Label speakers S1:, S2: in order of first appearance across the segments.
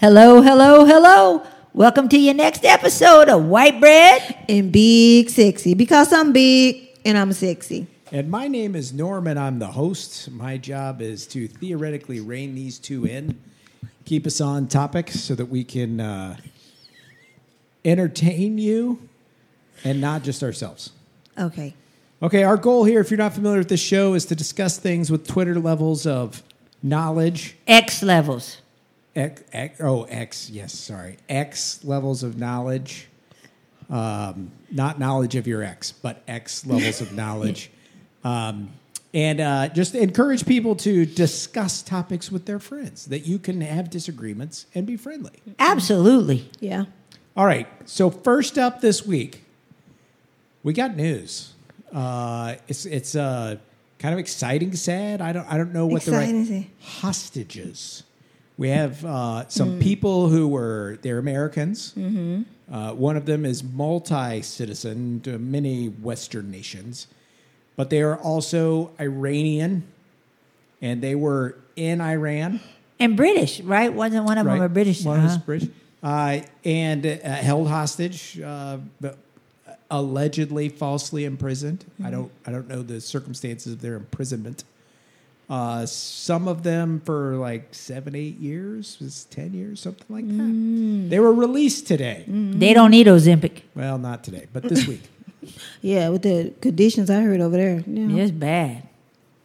S1: Hello, hello, hello. Welcome to your next episode of White Bread.
S2: and big sexy because I'm big and I'm sexy.
S3: And my name is Norm, and I'm the host. My job is to theoretically rein these two in, keep us on topic so that we can uh, entertain you and not just ourselves.
S2: Okay.
S3: Okay, our goal here, if you're not familiar with this show, is to discuss things with Twitter levels of knowledge.
S1: X levels.
S3: X, X, oh, X, yes, sorry. X levels of knowledge. Um, not knowledge of your ex, but X levels of knowledge. Um, and uh, just encourage people to discuss topics with their friends that you can have disagreements and be friendly.
S1: Mm. Absolutely.
S2: Yeah.
S3: All right. So first up this week, we got news. Uh, it's it's uh, kind of exciting, sad. I don't I don't know what
S2: Exciting,
S3: the right
S2: sad.
S3: hostages. We have uh, some people who were they're Americans. Uh, one of them is multi-citizen to many Western nations, but they are also Iranian, and they were in Iran
S1: And British, right? Wasn't one of them a British? uh-huh.
S3: one is
S1: huh?
S3: British, uh, and uh, held hostage, uh, but allegedly falsely imprisoned. I
S1: Mm-hmm.
S3: don't, I don't know the circumstances of their imprisonment. Uh, some of them for like seven, eight years, was ten years, something like that.
S1: Mm.
S3: They were released today.
S1: They don't need Ozempic.
S3: Well, not today, but this week.
S2: Yeah, with the conditions I heard over there. Yeah.
S1: It's bad.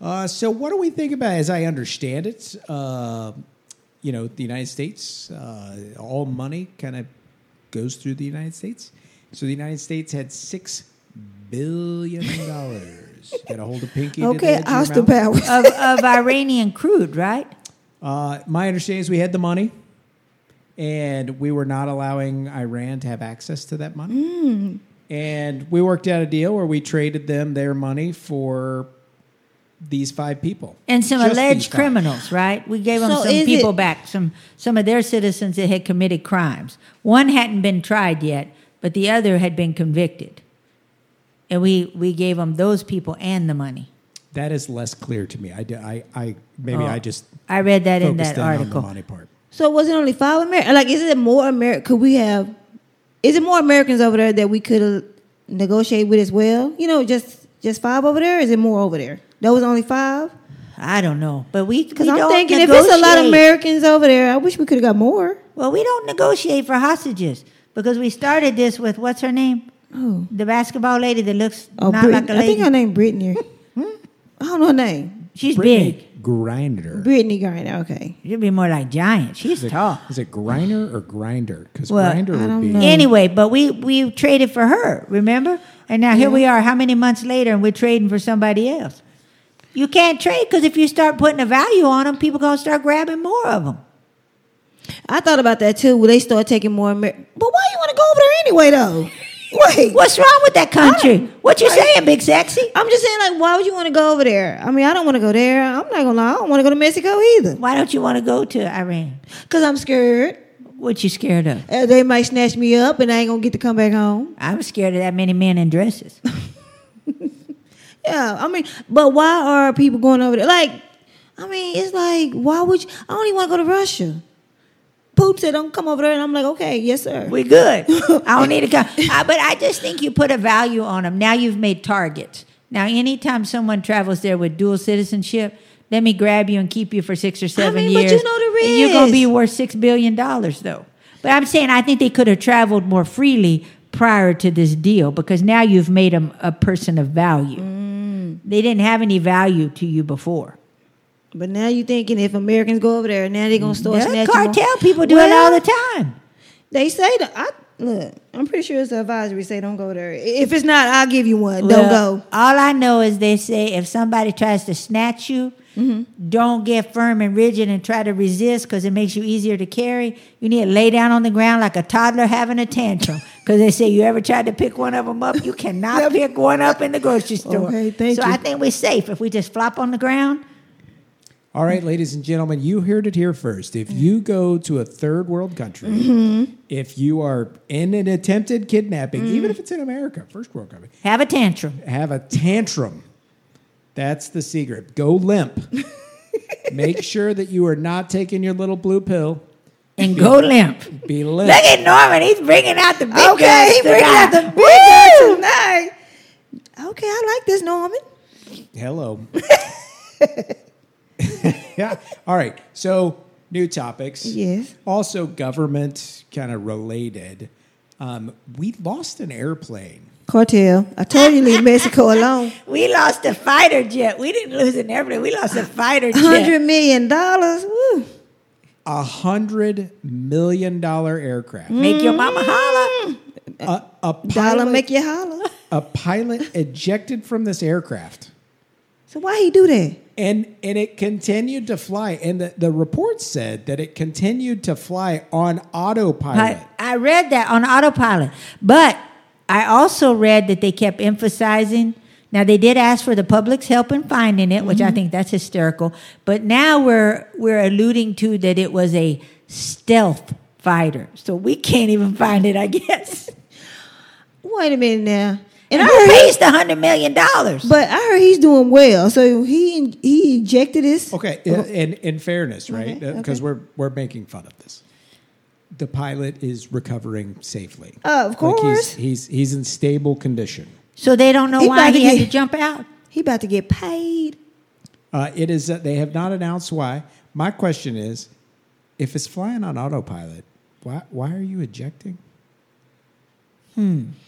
S3: Uh, so, what do we think about? As I understand it, uh, you know, the United States, uh, all money kind of goes through the United States. So, the United States had six billion dollars. Got a hold of pinky. to the
S2: Okay,
S3: edge of your
S2: how's the
S3: mouth.
S2: power?
S1: Of, of Iranian crude, right?
S3: Uh, my understanding is we had the money, and we were not allowing Iran to have access to that money.
S2: Hmm.
S3: And we worked out a deal where we traded them their money for these five people
S1: And some
S3: Just these
S1: alleged
S3: five.
S1: criminals, right? We gave them
S2: So
S1: some
S2: is
S1: people
S2: it-
S1: back, some some of their citizens that had committed crimes. One hadn't been tried yet, but the other had been convicted. And we we gave them those people and the money.
S3: That is less clear to me. I, d- I- I- maybe
S1: Oh.
S3: I just
S1: I read that in
S3: focused
S1: that
S3: in on the
S1: article.
S3: money part.
S2: So was it only five Americans? Like, is it more America? Could we have? Is it more Americans over there that we could negotiate with as well? You know, just just five over there. Is it more over there? That was only five.
S1: I don't know, but we
S2: Because
S1: because
S2: I'm thinking if it's a lot of
S1: Americans.
S2: Americans over there, I wish we could have got more.
S1: Well, we don't negotiate for hostages because we started this with what's her name,
S2: Oh,
S1: the basketball lady that looks
S2: oh
S1: not
S2: Brittany.
S1: like a
S2: I think
S1: lady.
S2: her name Brittany. I don't know her name.
S1: She's big.
S3: Grinder.
S2: Brittany Garner. Okay.
S1: She'd be more like giant. She's
S3: Is it,
S1: tall.
S3: is it Griner or Grinder? Because
S1: Well,
S3: Grinder
S2: I
S3: would
S2: don't
S3: be.
S2: know.
S1: Anyway, but we we traded for her, remember? And now here we are, how many months later, and we're trading for somebody else. You can't trade because if you start putting a value on them, people gonna start grabbing more of them.
S2: I thought about that too. Will they start taking more? Amer- but why you want to go over there anyway, though? Wait,
S1: What's wrong with that country? What you saying, big sexy?
S2: I'm just saying, like, why would you want to go over there? I mean, I don't want to go there. I'm not gonna lie. I don't want to go to Mexico either,
S1: Why don't you want to go to Iran?
S2: cause I'm scared
S1: What you scared of?
S2: uh, they might snatch me up, and I ain't gonna get to come back home.
S1: I'm scared of that many men in dresses.
S2: Yeah, I mean, but why are people going over there? Like, I mean, it's like, why would you? I don't even want to go to Russia. Poop said, "Don't come over there," and I'm like, okay, yes, sir.
S1: We good. I don't need to come. I, but I just think you put a value on them. Now you've made targets. Now, anytime someone travels there with dual citizenship, let me grab you and keep you for six or seven
S2: mean, but you
S1: years.
S2: know the
S1: And you're going to be
S2: risk.
S1: worth six billion dollars, though. But I'm saying I think they could have traveled more freely prior to this deal because now you've made them a person of value.
S2: Mm.
S1: They didn't have any value to you before.
S2: But now you're thinking if Americans go over there, now they're gonna start
S1: The
S2: snatching.
S1: cartel
S2: more-
S1: people do
S2: Well,
S1: it all the time.
S2: They say that I look. I'm pretty sure it's an advisory. Say don't go there. If it's not, I'll give you one. don't
S1: Well,
S2: go.
S1: All I know is they say if somebody tries to snatch you,
S2: Mm-hmm.
S1: don't get firm and rigid and try to resist because it makes you easier to carry. You need to lay down on the ground like a toddler having a tantrum because they say you ever tried to pick one of them up, you cannot pick one up in the grocery store.
S2: Okay, Oh, thank
S1: so
S2: you.
S1: I think we're safe if we just flop on the ground.
S3: All right, ladies and gentlemen, you heard it here first. If you go to a third world country,
S1: Mm-hmm.
S3: if you are in an attempted kidnapping, even
S1: Mm.
S3: if it's in America, first world country,
S1: Have a tantrum.
S3: have a tantrum. That's the secret. Go limp. Make sure that you are not taking your little blue pill.
S1: and go limp.
S3: Be lit.
S1: Look at Norman. He's bringing out the big
S2: Okay,
S1: guns
S2: he bringing out the
S1: tonight.
S2: big guns tonight. Okay, I like this, Norman.
S3: Hello. yeah. All right. So, new topics.
S2: Yes.
S3: Also, government kind of related. Um, we lost an airplane.
S2: Cartel, I told you leave Mexico alone.
S1: We lost a fighter jet. We didn't lose an airplane. We lost a fighter
S2: Hundred
S1: jet.
S2: million dollars. Woo.
S3: A hundred million dollar aircraft.
S1: Make your mama
S2: Mm.
S1: holla.
S3: A, a
S2: Dollar
S3: pilot,
S2: make you holler.
S3: a pilot ejected from this aircraft.
S2: So why he do that?
S3: And and it continued to fly. And the, the report said that it continued to fly on autopilot.
S1: I, I read that on autopilot. But I also read that they kept emphasizing. Now they did ask for the public's help in finding it, which I
S2: Mm-hmm.
S1: think that's hysterical. But now we're we're alluding to that it was a stealth fighter. So we can't even find it, I guess.
S2: Wait a minute now.
S1: And
S2: And
S1: I
S2: I heard,
S1: raised a hundred million dollars.
S2: but I heard he's doing well. So he he ejected this.
S1: Oh.
S3: Okay, in, in, in fairness, right?
S2: Uh-huh. Okay,
S3: Because
S2: okay.
S3: we're we're making fun of this. The pilot is recovering safely.
S2: Uh, of course.
S3: Like he's, he's he's in stable condition.
S1: So they don't know
S2: He
S1: why
S2: about to
S1: he had
S2: get-
S1: to jump out.
S2: He about to get paid.
S3: Uh, it is that they have not announced why. My question is, if it's flying on autopilot, why why are you ejecting?
S2: Money,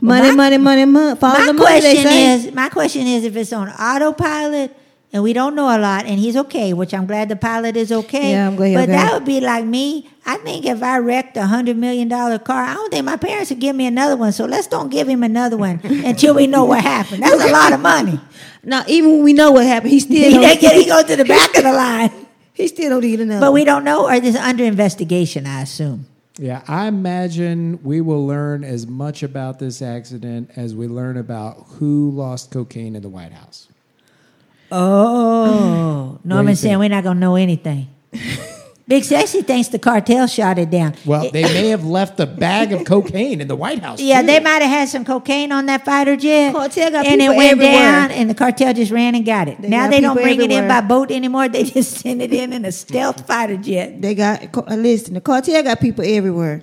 S1: my-
S2: money, money, money. Follow
S1: my
S2: the money. They
S1: question
S2: say.
S1: is my question is if it's on autopilot and we don't know a lot and he's okay which i'm glad the pilot is okay
S2: Yeah, I'm glad he's
S1: but
S2: okay.
S1: that would be like me i think if i wrecked a hundred million dollar car i don't think my parents would give me another one so let's don't give him another one until we know what happened that's a lot of money
S2: now, even when we know what happened, he
S1: he,
S2: still
S1: they
S2: don't,
S1: get, he goes to the back of the line
S2: he still don't eat another.
S1: but we don't know or this is under investigation i assume
S3: Yeah, I imagine we will learn as much about this accident as we learn about who lost cocaine in the White House.
S1: Oh,
S3: What do you
S1: Norman saying
S3: think?
S1: we're not gonna know anything. Big sexy thinks the cartel shot it down.
S3: Well, they may have left a bag of cocaine in the White House.
S1: Yeah,
S3: too.
S1: they might have had some cocaine on that fighter jet.
S2: Cartel got
S1: and it
S2: people
S1: went
S2: everywhere.
S1: down, and the cartel just ran and got it.
S2: They
S1: now
S2: got
S1: they don't
S2: people
S1: bring it in by
S2: everywhere.
S1: boat anymore. They just send it in in a stealth fighter jet.
S2: they got co- uh, listen. The cartel got people everywhere.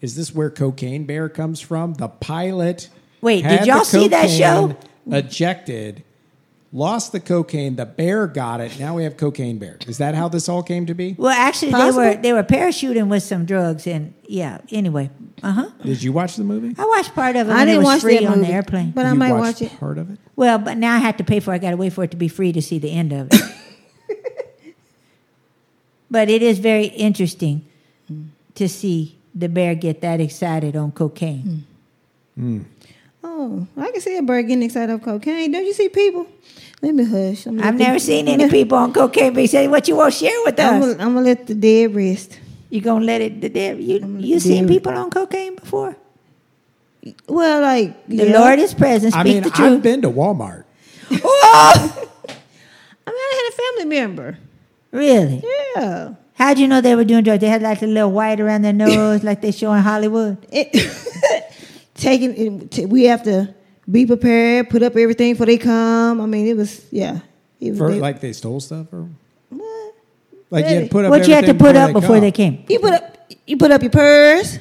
S3: Is this where Cocaine Bear comes from? The pilot.
S1: Wait,
S3: had
S1: did y'all
S3: the
S1: see that
S3: cocaine,
S1: show?
S3: Ejected, lost the cocaine. The bear got it. Now we have Cocaine Bear. Is that how this all came to be?
S1: Well, actually,
S2: Possible?
S1: they were they were parachuting with some drugs, and yeah. Anyway, uh huh.
S3: Did you watch the movie?
S1: I watched part of it. When
S2: I
S1: it
S2: didn't
S1: was
S2: watch
S1: free
S2: that
S1: on
S2: movie,
S1: the airplane.
S2: but I
S3: You
S2: might
S3: watched
S2: watch it.
S3: Part of it.
S1: Well, but now I have to pay for it. I got to wait for it to be free to see the end of it. but it is very interesting to see the bear get that excited on cocaine.
S2: Oh, I can see a bird getting excited of cocaine. Don't you see people? Let me hush. I'm gonna
S1: I've
S2: let
S1: never
S2: the-
S1: seen any people on cocaine. But he said, "What you won't share with
S2: I'm
S1: us?
S2: gonna, I'm gonna let the dead rest.
S1: you gonna let it? The devil? You
S2: gonna
S1: you
S2: let
S1: seen
S2: the-
S1: people on cocaine before?
S2: Well, like
S1: The
S2: yeah.
S1: Lord is present. Speak
S3: I mean,
S1: the
S3: I've
S1: truth.
S3: been to Walmart.
S2: I mean, I had a family member.
S1: really?
S2: Yeah.
S1: How'd you know they were doing drugs? They had like a little white around their nose, like they show in Hollywood.
S2: It, taking it, t- we have to be prepared. Put up everything before they come. I mean, it was yeah. It was,
S3: For,
S2: they-
S3: like they stole stuff or
S2: what?
S3: like you had to put up.
S1: What you had to
S3: everything
S1: put up before
S3: come.
S1: they came?
S2: You put up you put up your purse.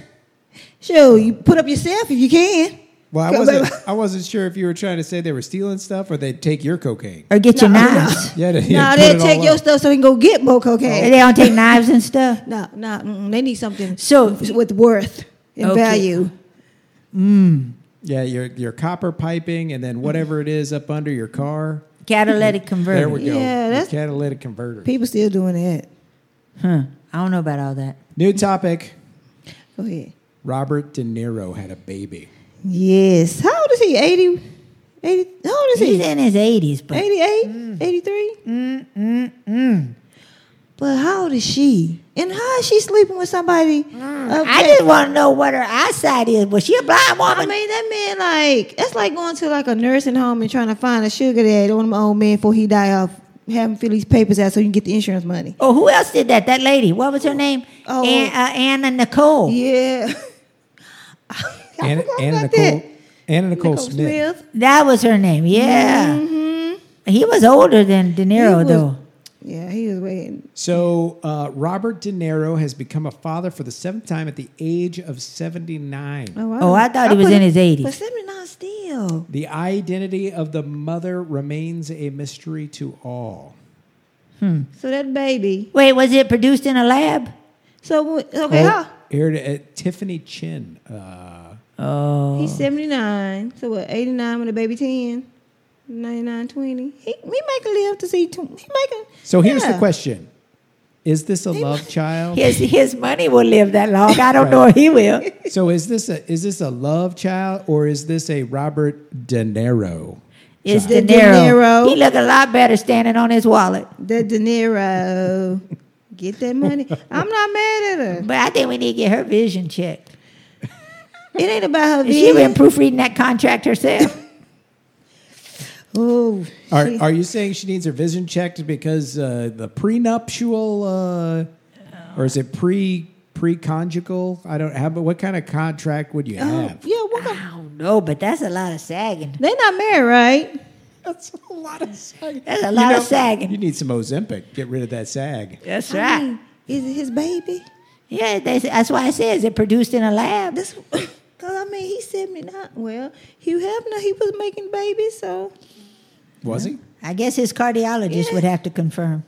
S2: Sure, you put up yourself if you can.
S3: Well, I
S2: Come
S3: wasn't.
S2: back.
S3: I wasn't sure if you were trying to say they were stealing stuff or they'd take your cocaine.
S1: Or get your
S2: No,
S1: knives?
S3: Yeah, they,
S2: No,
S3: put
S2: they
S3: it
S2: take
S3: all
S2: your
S3: up. Oh.
S2: stuff so they can go get more cocaine.
S1: They don't take knives and stuff.
S2: No, no, mm-mm, they need something
S1: So-
S2: with worth and
S1: Okay.
S2: value.
S3: Yeah, your your copper piping and then whatever it is up under your car.
S1: Catalytic converter.
S3: There we go.
S2: Yeah,
S3: The
S2: that's-
S3: catalytic converter.
S2: People still doing that.
S1: Huh. I don't know about all that.
S3: New topic.
S2: Go ahead.
S3: Robert De Niro had a baby.
S2: Yes. How old is he? 80? 80 how old is
S1: He's
S2: he?
S1: in his eighties, but
S2: 88?
S3: Mm.
S2: 83? But how old is she? And how is she sleeping with somebody?
S3: Mm.
S2: of
S1: I
S2: that-
S1: just want to know what her eyesight is. Was she a blind
S2: I
S1: woman?
S2: mean, that man, like, that's like going to like a nursing home and trying to find a sugar daddy on my old man before he die off. Have him fill these papers out so you can get the insurance money.
S1: oh, who else did that? That lady. What was her name?
S2: Oh.
S1: An- uh, Anna Nicole.
S2: Yeah. I
S3: Anna,
S2: forgot
S3: Anna
S2: about
S3: Nicole.
S2: that.
S3: Anna Nicole, Smith.
S1: That was her name. Yeah. He was older than De Niro,
S2: Mm-hmm. He was-
S1: though.
S2: Yeah, he was waiting.
S3: So uh, Robert De Niro has become a father for the seventh time at the age of 79.
S2: Oh, wow.
S1: Oh, I thought he was
S2: put
S1: in
S2: him-
S1: his 80s.
S2: But 79 still.
S3: The identity of the mother remains a mystery to all.
S2: So that baby.
S1: Wait, was it produced in a lab?
S2: So, okay,
S3: Oh,
S2: how?
S3: aired at Tiffany Chin. Uh,
S1: Oh,
S2: He's 79. So what, 89 when the baby 10? 99, 20. He, he might live to see. Tw- he might can-
S3: so here's the
S2: yeah.
S3: question: Is this a love child?
S1: his his money will live that long. I don't know if he will.
S3: So is this a is this a love child or is this a Robert De Niro?
S1: It's De Niro.
S2: The De Niro.
S1: He look a lot better standing on his wallet.
S2: The De Niro. Get that money. I'm not mad at her.
S1: But I think we need to get her vision checked.
S2: It ain't about her
S1: Has she been
S2: vision.
S1: proofreading that contract herself?
S2: Oh,
S3: Are
S2: she-
S3: are you saying she needs her vision checked because uh, the prenuptial, uh, or is it pre pre conjugal? I don't have. But what kind of contract would you
S2: oh,
S3: have?
S2: yeah, what the-
S1: I don't know, but that's a lot of sagging.
S2: They not married, right?
S3: That's a lot of sagging.
S1: That's a lot of sagging.
S3: You need some Ozempic. Get rid of that sag.
S1: That's
S2: I mean, is it his baby?
S1: Yeah, they, that's why I said, is it produced in a lab?
S2: That's because I mean he's seventy nine. Well, Hugh Hefner he was making babies, so
S3: Was he?
S1: I guess his cardiologist
S2: Yeah.
S1: would have to confirm.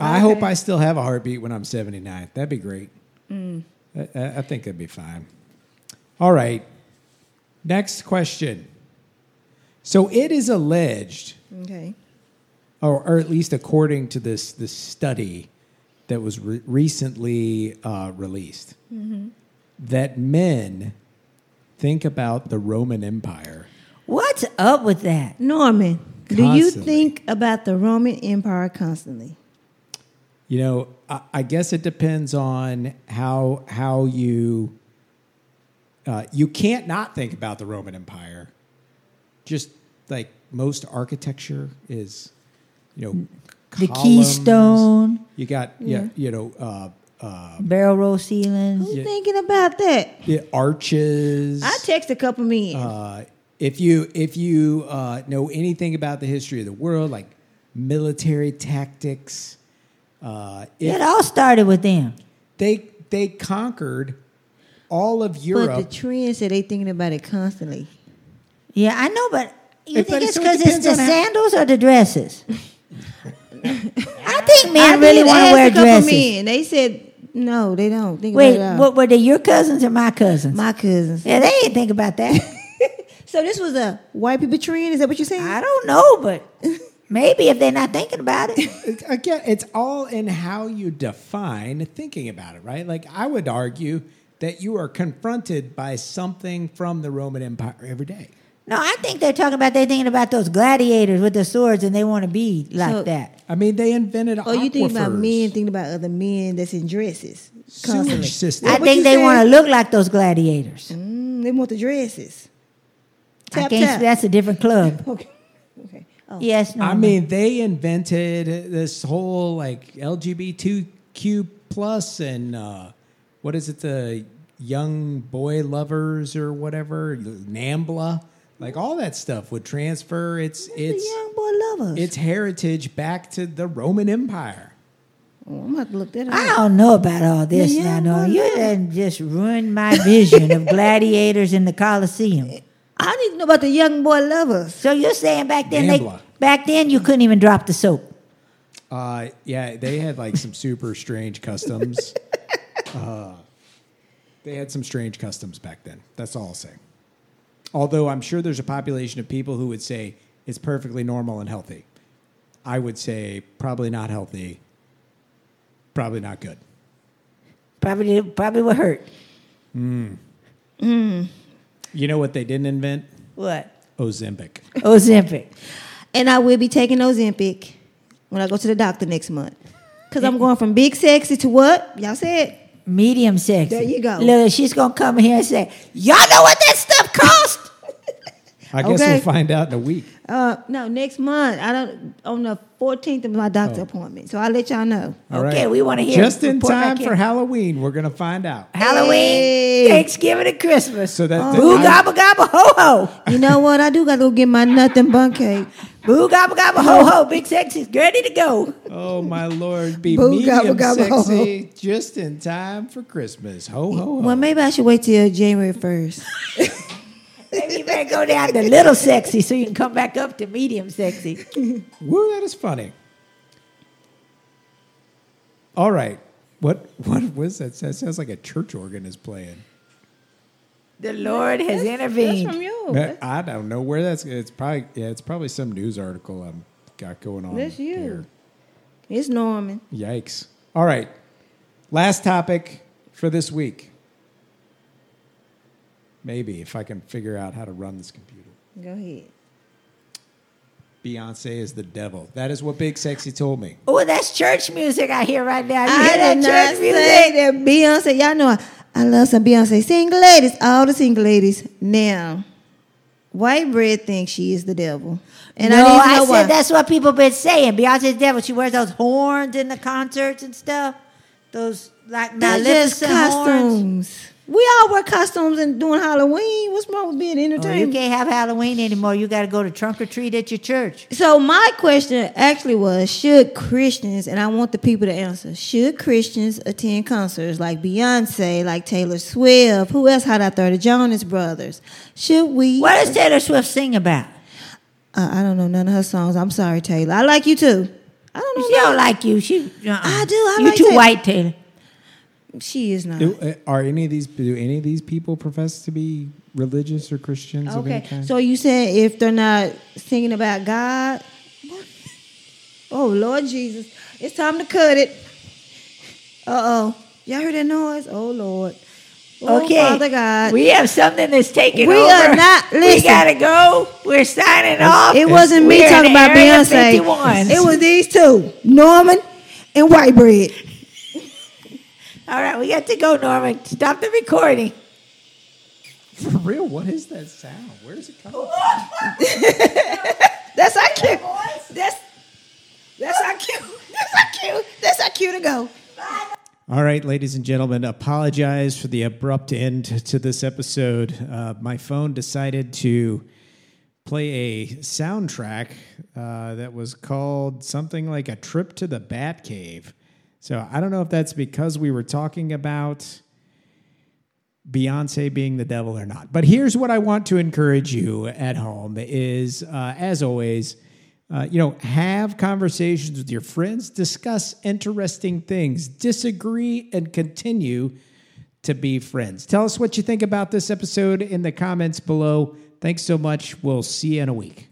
S3: I hope I still have a heartbeat when I'm 79. That'd be great.
S2: Mm.
S3: I- I, I think that'd be fine. All right. Next question. So it is alleged,
S2: okay.
S3: or, or at least according to this this study that was re- recently uh, released,
S1: Mm-hmm.
S3: that men think about the Roman Empire.
S1: What's up with that?
S2: Norman, do you
S3: Constantly.
S2: think about the Roman Empire constantly?
S3: You know, I, I guess it depends on how how you. Uh, you can't not think about the Roman Empire. Just like most architecture is, you know,
S1: The
S3: columns.
S1: keystone.
S3: You got yeah, you know, uh, uh,
S1: Barrel roll ceilings.
S2: Who's
S3: Yeah.
S2: thinking about that?
S3: yeah, arches.
S2: I text a couple men.
S3: Uh, if you if you uh, know anything about the history of the world, like military tactics, uh, if
S1: It all started with them.
S3: they they conquered all of
S2: but the
S3: Europe.
S2: trend said they thinking about it constantly.
S1: Yeah, I know, but you
S3: Hey,
S1: think
S3: buddy,
S1: it's
S3: so it
S1: because it's
S3: depends
S1: the
S3: on how-
S1: sandals or the dresses? I think men
S2: I
S1: really
S2: did
S1: want
S2: ask
S1: to wear
S2: a couple
S1: dresses.
S2: Men. They said no, they don't think
S1: Wait,
S2: about it. at all.
S1: what were they? Your cousins or my cousins?
S2: My cousins.
S1: yeah, they ain't think about that.
S2: So this was a white people trend. Is that what you're saying?
S1: I don't know, but maybe if they're not thinking about it.
S3: It- Again, it's all in how you define thinking about it, right? Like I would argue that you are confronted by something from the Roman Empire every day.
S1: No, I think they're talking about they're thinking about those gladiators with the swords, and they want to be like
S2: So-
S1: that.
S3: I mean, they invented
S2: Oh, you think about
S3: aquifers,
S2: men thinking about other men that's in dresses
S3: sewage
S2: constantly.
S3: systems.
S1: I
S2: what
S1: think
S2: you
S1: they
S2: said?
S1: want to look like those gladiators.
S2: Mm, they want the dresses.
S1: I
S2: Tap
S1: can't.
S2: tap.
S1: That's a different club.
S2: okay. Okay. Oh.
S1: Yes, no.
S3: I mean, they invented this whole like LGBTQ plus and uh, what is it, the young boy lovers or whatever, NAMBLA, like all that stuff would transfer its
S2: the
S3: its
S2: young boy lovers.
S3: its heritage back to the Roman Empire.
S2: oh, I'm gonna have to look that up.
S1: I don't know about all this now.
S2: Yeah,
S1: No,
S2: why
S1: you
S2: not?
S1: done just ruined my vision of gladiators in the Colosseum.
S2: I need to know about the young boy lovers.
S1: So you're saying back then,
S3: Gambler.
S1: they, back then you couldn't even drop the soap.
S3: Uh, yeah, they had like some super strange customs. Uh, they had some strange customs back then. That's all I'll say. Although I'm sure there's a population of people who would say it's perfectly normal and healthy. I would say probably not healthy, probably not good.
S1: Probably, probably would hurt.
S3: You know what they didn't invent?
S1: What?
S3: Ozempic.
S1: Ozempic.
S2: And I will be taking Ozempic when I go to the doctor next month. Cause I'm going from big sexy to what? Y'all said.
S1: Medium sexy.
S2: There you go.
S1: Look, she's gonna come here and say, "Y'all know what that stuff cost."
S3: I guess
S2: Okay.
S3: we'll find out in a week.
S2: Uh, no, next month. I don't on the 14th of my doctor
S3: Oh.
S2: appointment. So I'll let y'all know.
S3: All right.
S1: Okay, we wanna hear
S3: Just in
S1: report back
S3: time
S1: in.
S3: for Halloween, we're gonna find out.
S1: Halloween,
S2: Hey.
S1: Thanksgiving, and Christmas.
S3: So that, that-
S1: Boo
S3: I-
S1: gobble gobble ho ho.
S2: You know what? I do gotta go get my nothing bun cake.
S1: Boo gobble gobble ho ho, big sexy's ready to go.
S3: Oh my lord, be
S2: Boo, gobble,
S3: medium
S2: gobble, ho, ho.
S3: sexy just in time for Christmas. Ho ho ho.
S2: Well, maybe I should wait till January first.
S1: Maybe you better go down to little sexy so you can come back up to medium sexy.
S3: Woo, that is funny. All right. What what was that? That sounds like a church organ is playing.
S1: The Lord has
S2: Oh, That's
S1: intervened.
S2: from you.
S3: I- I don't know where that's it's probably yeah, it's probably some news article I'm got going on.
S2: That's you.
S3: there.
S2: It's Norman.
S3: Yikes. All right. Last topic for this week. Maybe if I can figure out how to run this computer.
S2: Go ahead.
S3: Beyonce is the devil. That is what Big Sexy told me.
S1: Oh, that's church music I hear right now. You hear
S2: I
S1: that
S2: did
S1: church
S2: not say
S1: music?
S2: that Beyonce. Y'all know I, I love some Beyonce. Single ladies, all the single ladies. Now, white bread thinks she is the devil, and
S1: no,
S2: I need to know
S1: said
S2: why.
S1: that's what people been saying. Beyonce's devil. She wears those horns in the concerts and stuff. Those like
S2: They're just
S1: magnificent horns.
S2: costumes. We all wear costumes and doing Halloween. What's wrong with being
S1: Oh, you
S2: entertained?
S1: can't have Halloween anymore. You got to go to trunk or treat at your church.
S2: So my question actually was: Should Christians, and I want the people to answer, should Christians attend concerts like Beyonce, like Taylor Swift? Who else had out there? The Jonas Brothers? Should we?
S1: What does Taylor Swift sing about?
S2: Uh, I don't know none of her songs. I'm sorry, Taylor. I like you too. I don't know.
S1: She don't like you. She. uh-uh.
S2: I do. I
S1: you
S2: like
S1: too
S2: Taylor.
S1: white, Taylor.
S2: She is not.
S3: Do, uh, are any of these do any of these people profess to be religious or Christians of any
S2: Okay.
S3: kind?
S2: So you said if they're not singing about God, oh Lord Jesus, it's time to cut it. Uh oh, y'all hear that noise? Oh Lord. Oh,
S1: Okay.
S2: Father God.
S1: We have something that's taking
S2: We
S1: over.
S2: are not-
S1: We
S2: listen.
S1: gotta go. We're signing off.
S2: it wasn't me
S1: We're in
S2: talking about
S1: Area
S2: Beyonce.
S1: 51.
S2: It was these two, Norman and White Bread.
S1: All right, we got to go, Norman. Stop the recording.
S3: For real, what is that sound? Where is it coming? from?
S2: That's our cue. That's that's our cue. That's our cue. That's our cue to go.
S3: All right, ladies and gentlemen, apologize for the abrupt end to this episode. Uh, my phone decided to play a soundtrack uh, that was called something like a trip to the Batcave. So I don't know if that's because we were talking about Beyonce being the devil or not. But here's what I want to encourage you at home is, uh, as always, uh, you know, have conversations with your friends, discuss interesting things, disagree, and continue to be friends. Tell us what you think about this episode in the comments below. Thanks so much. We'll see you in a week.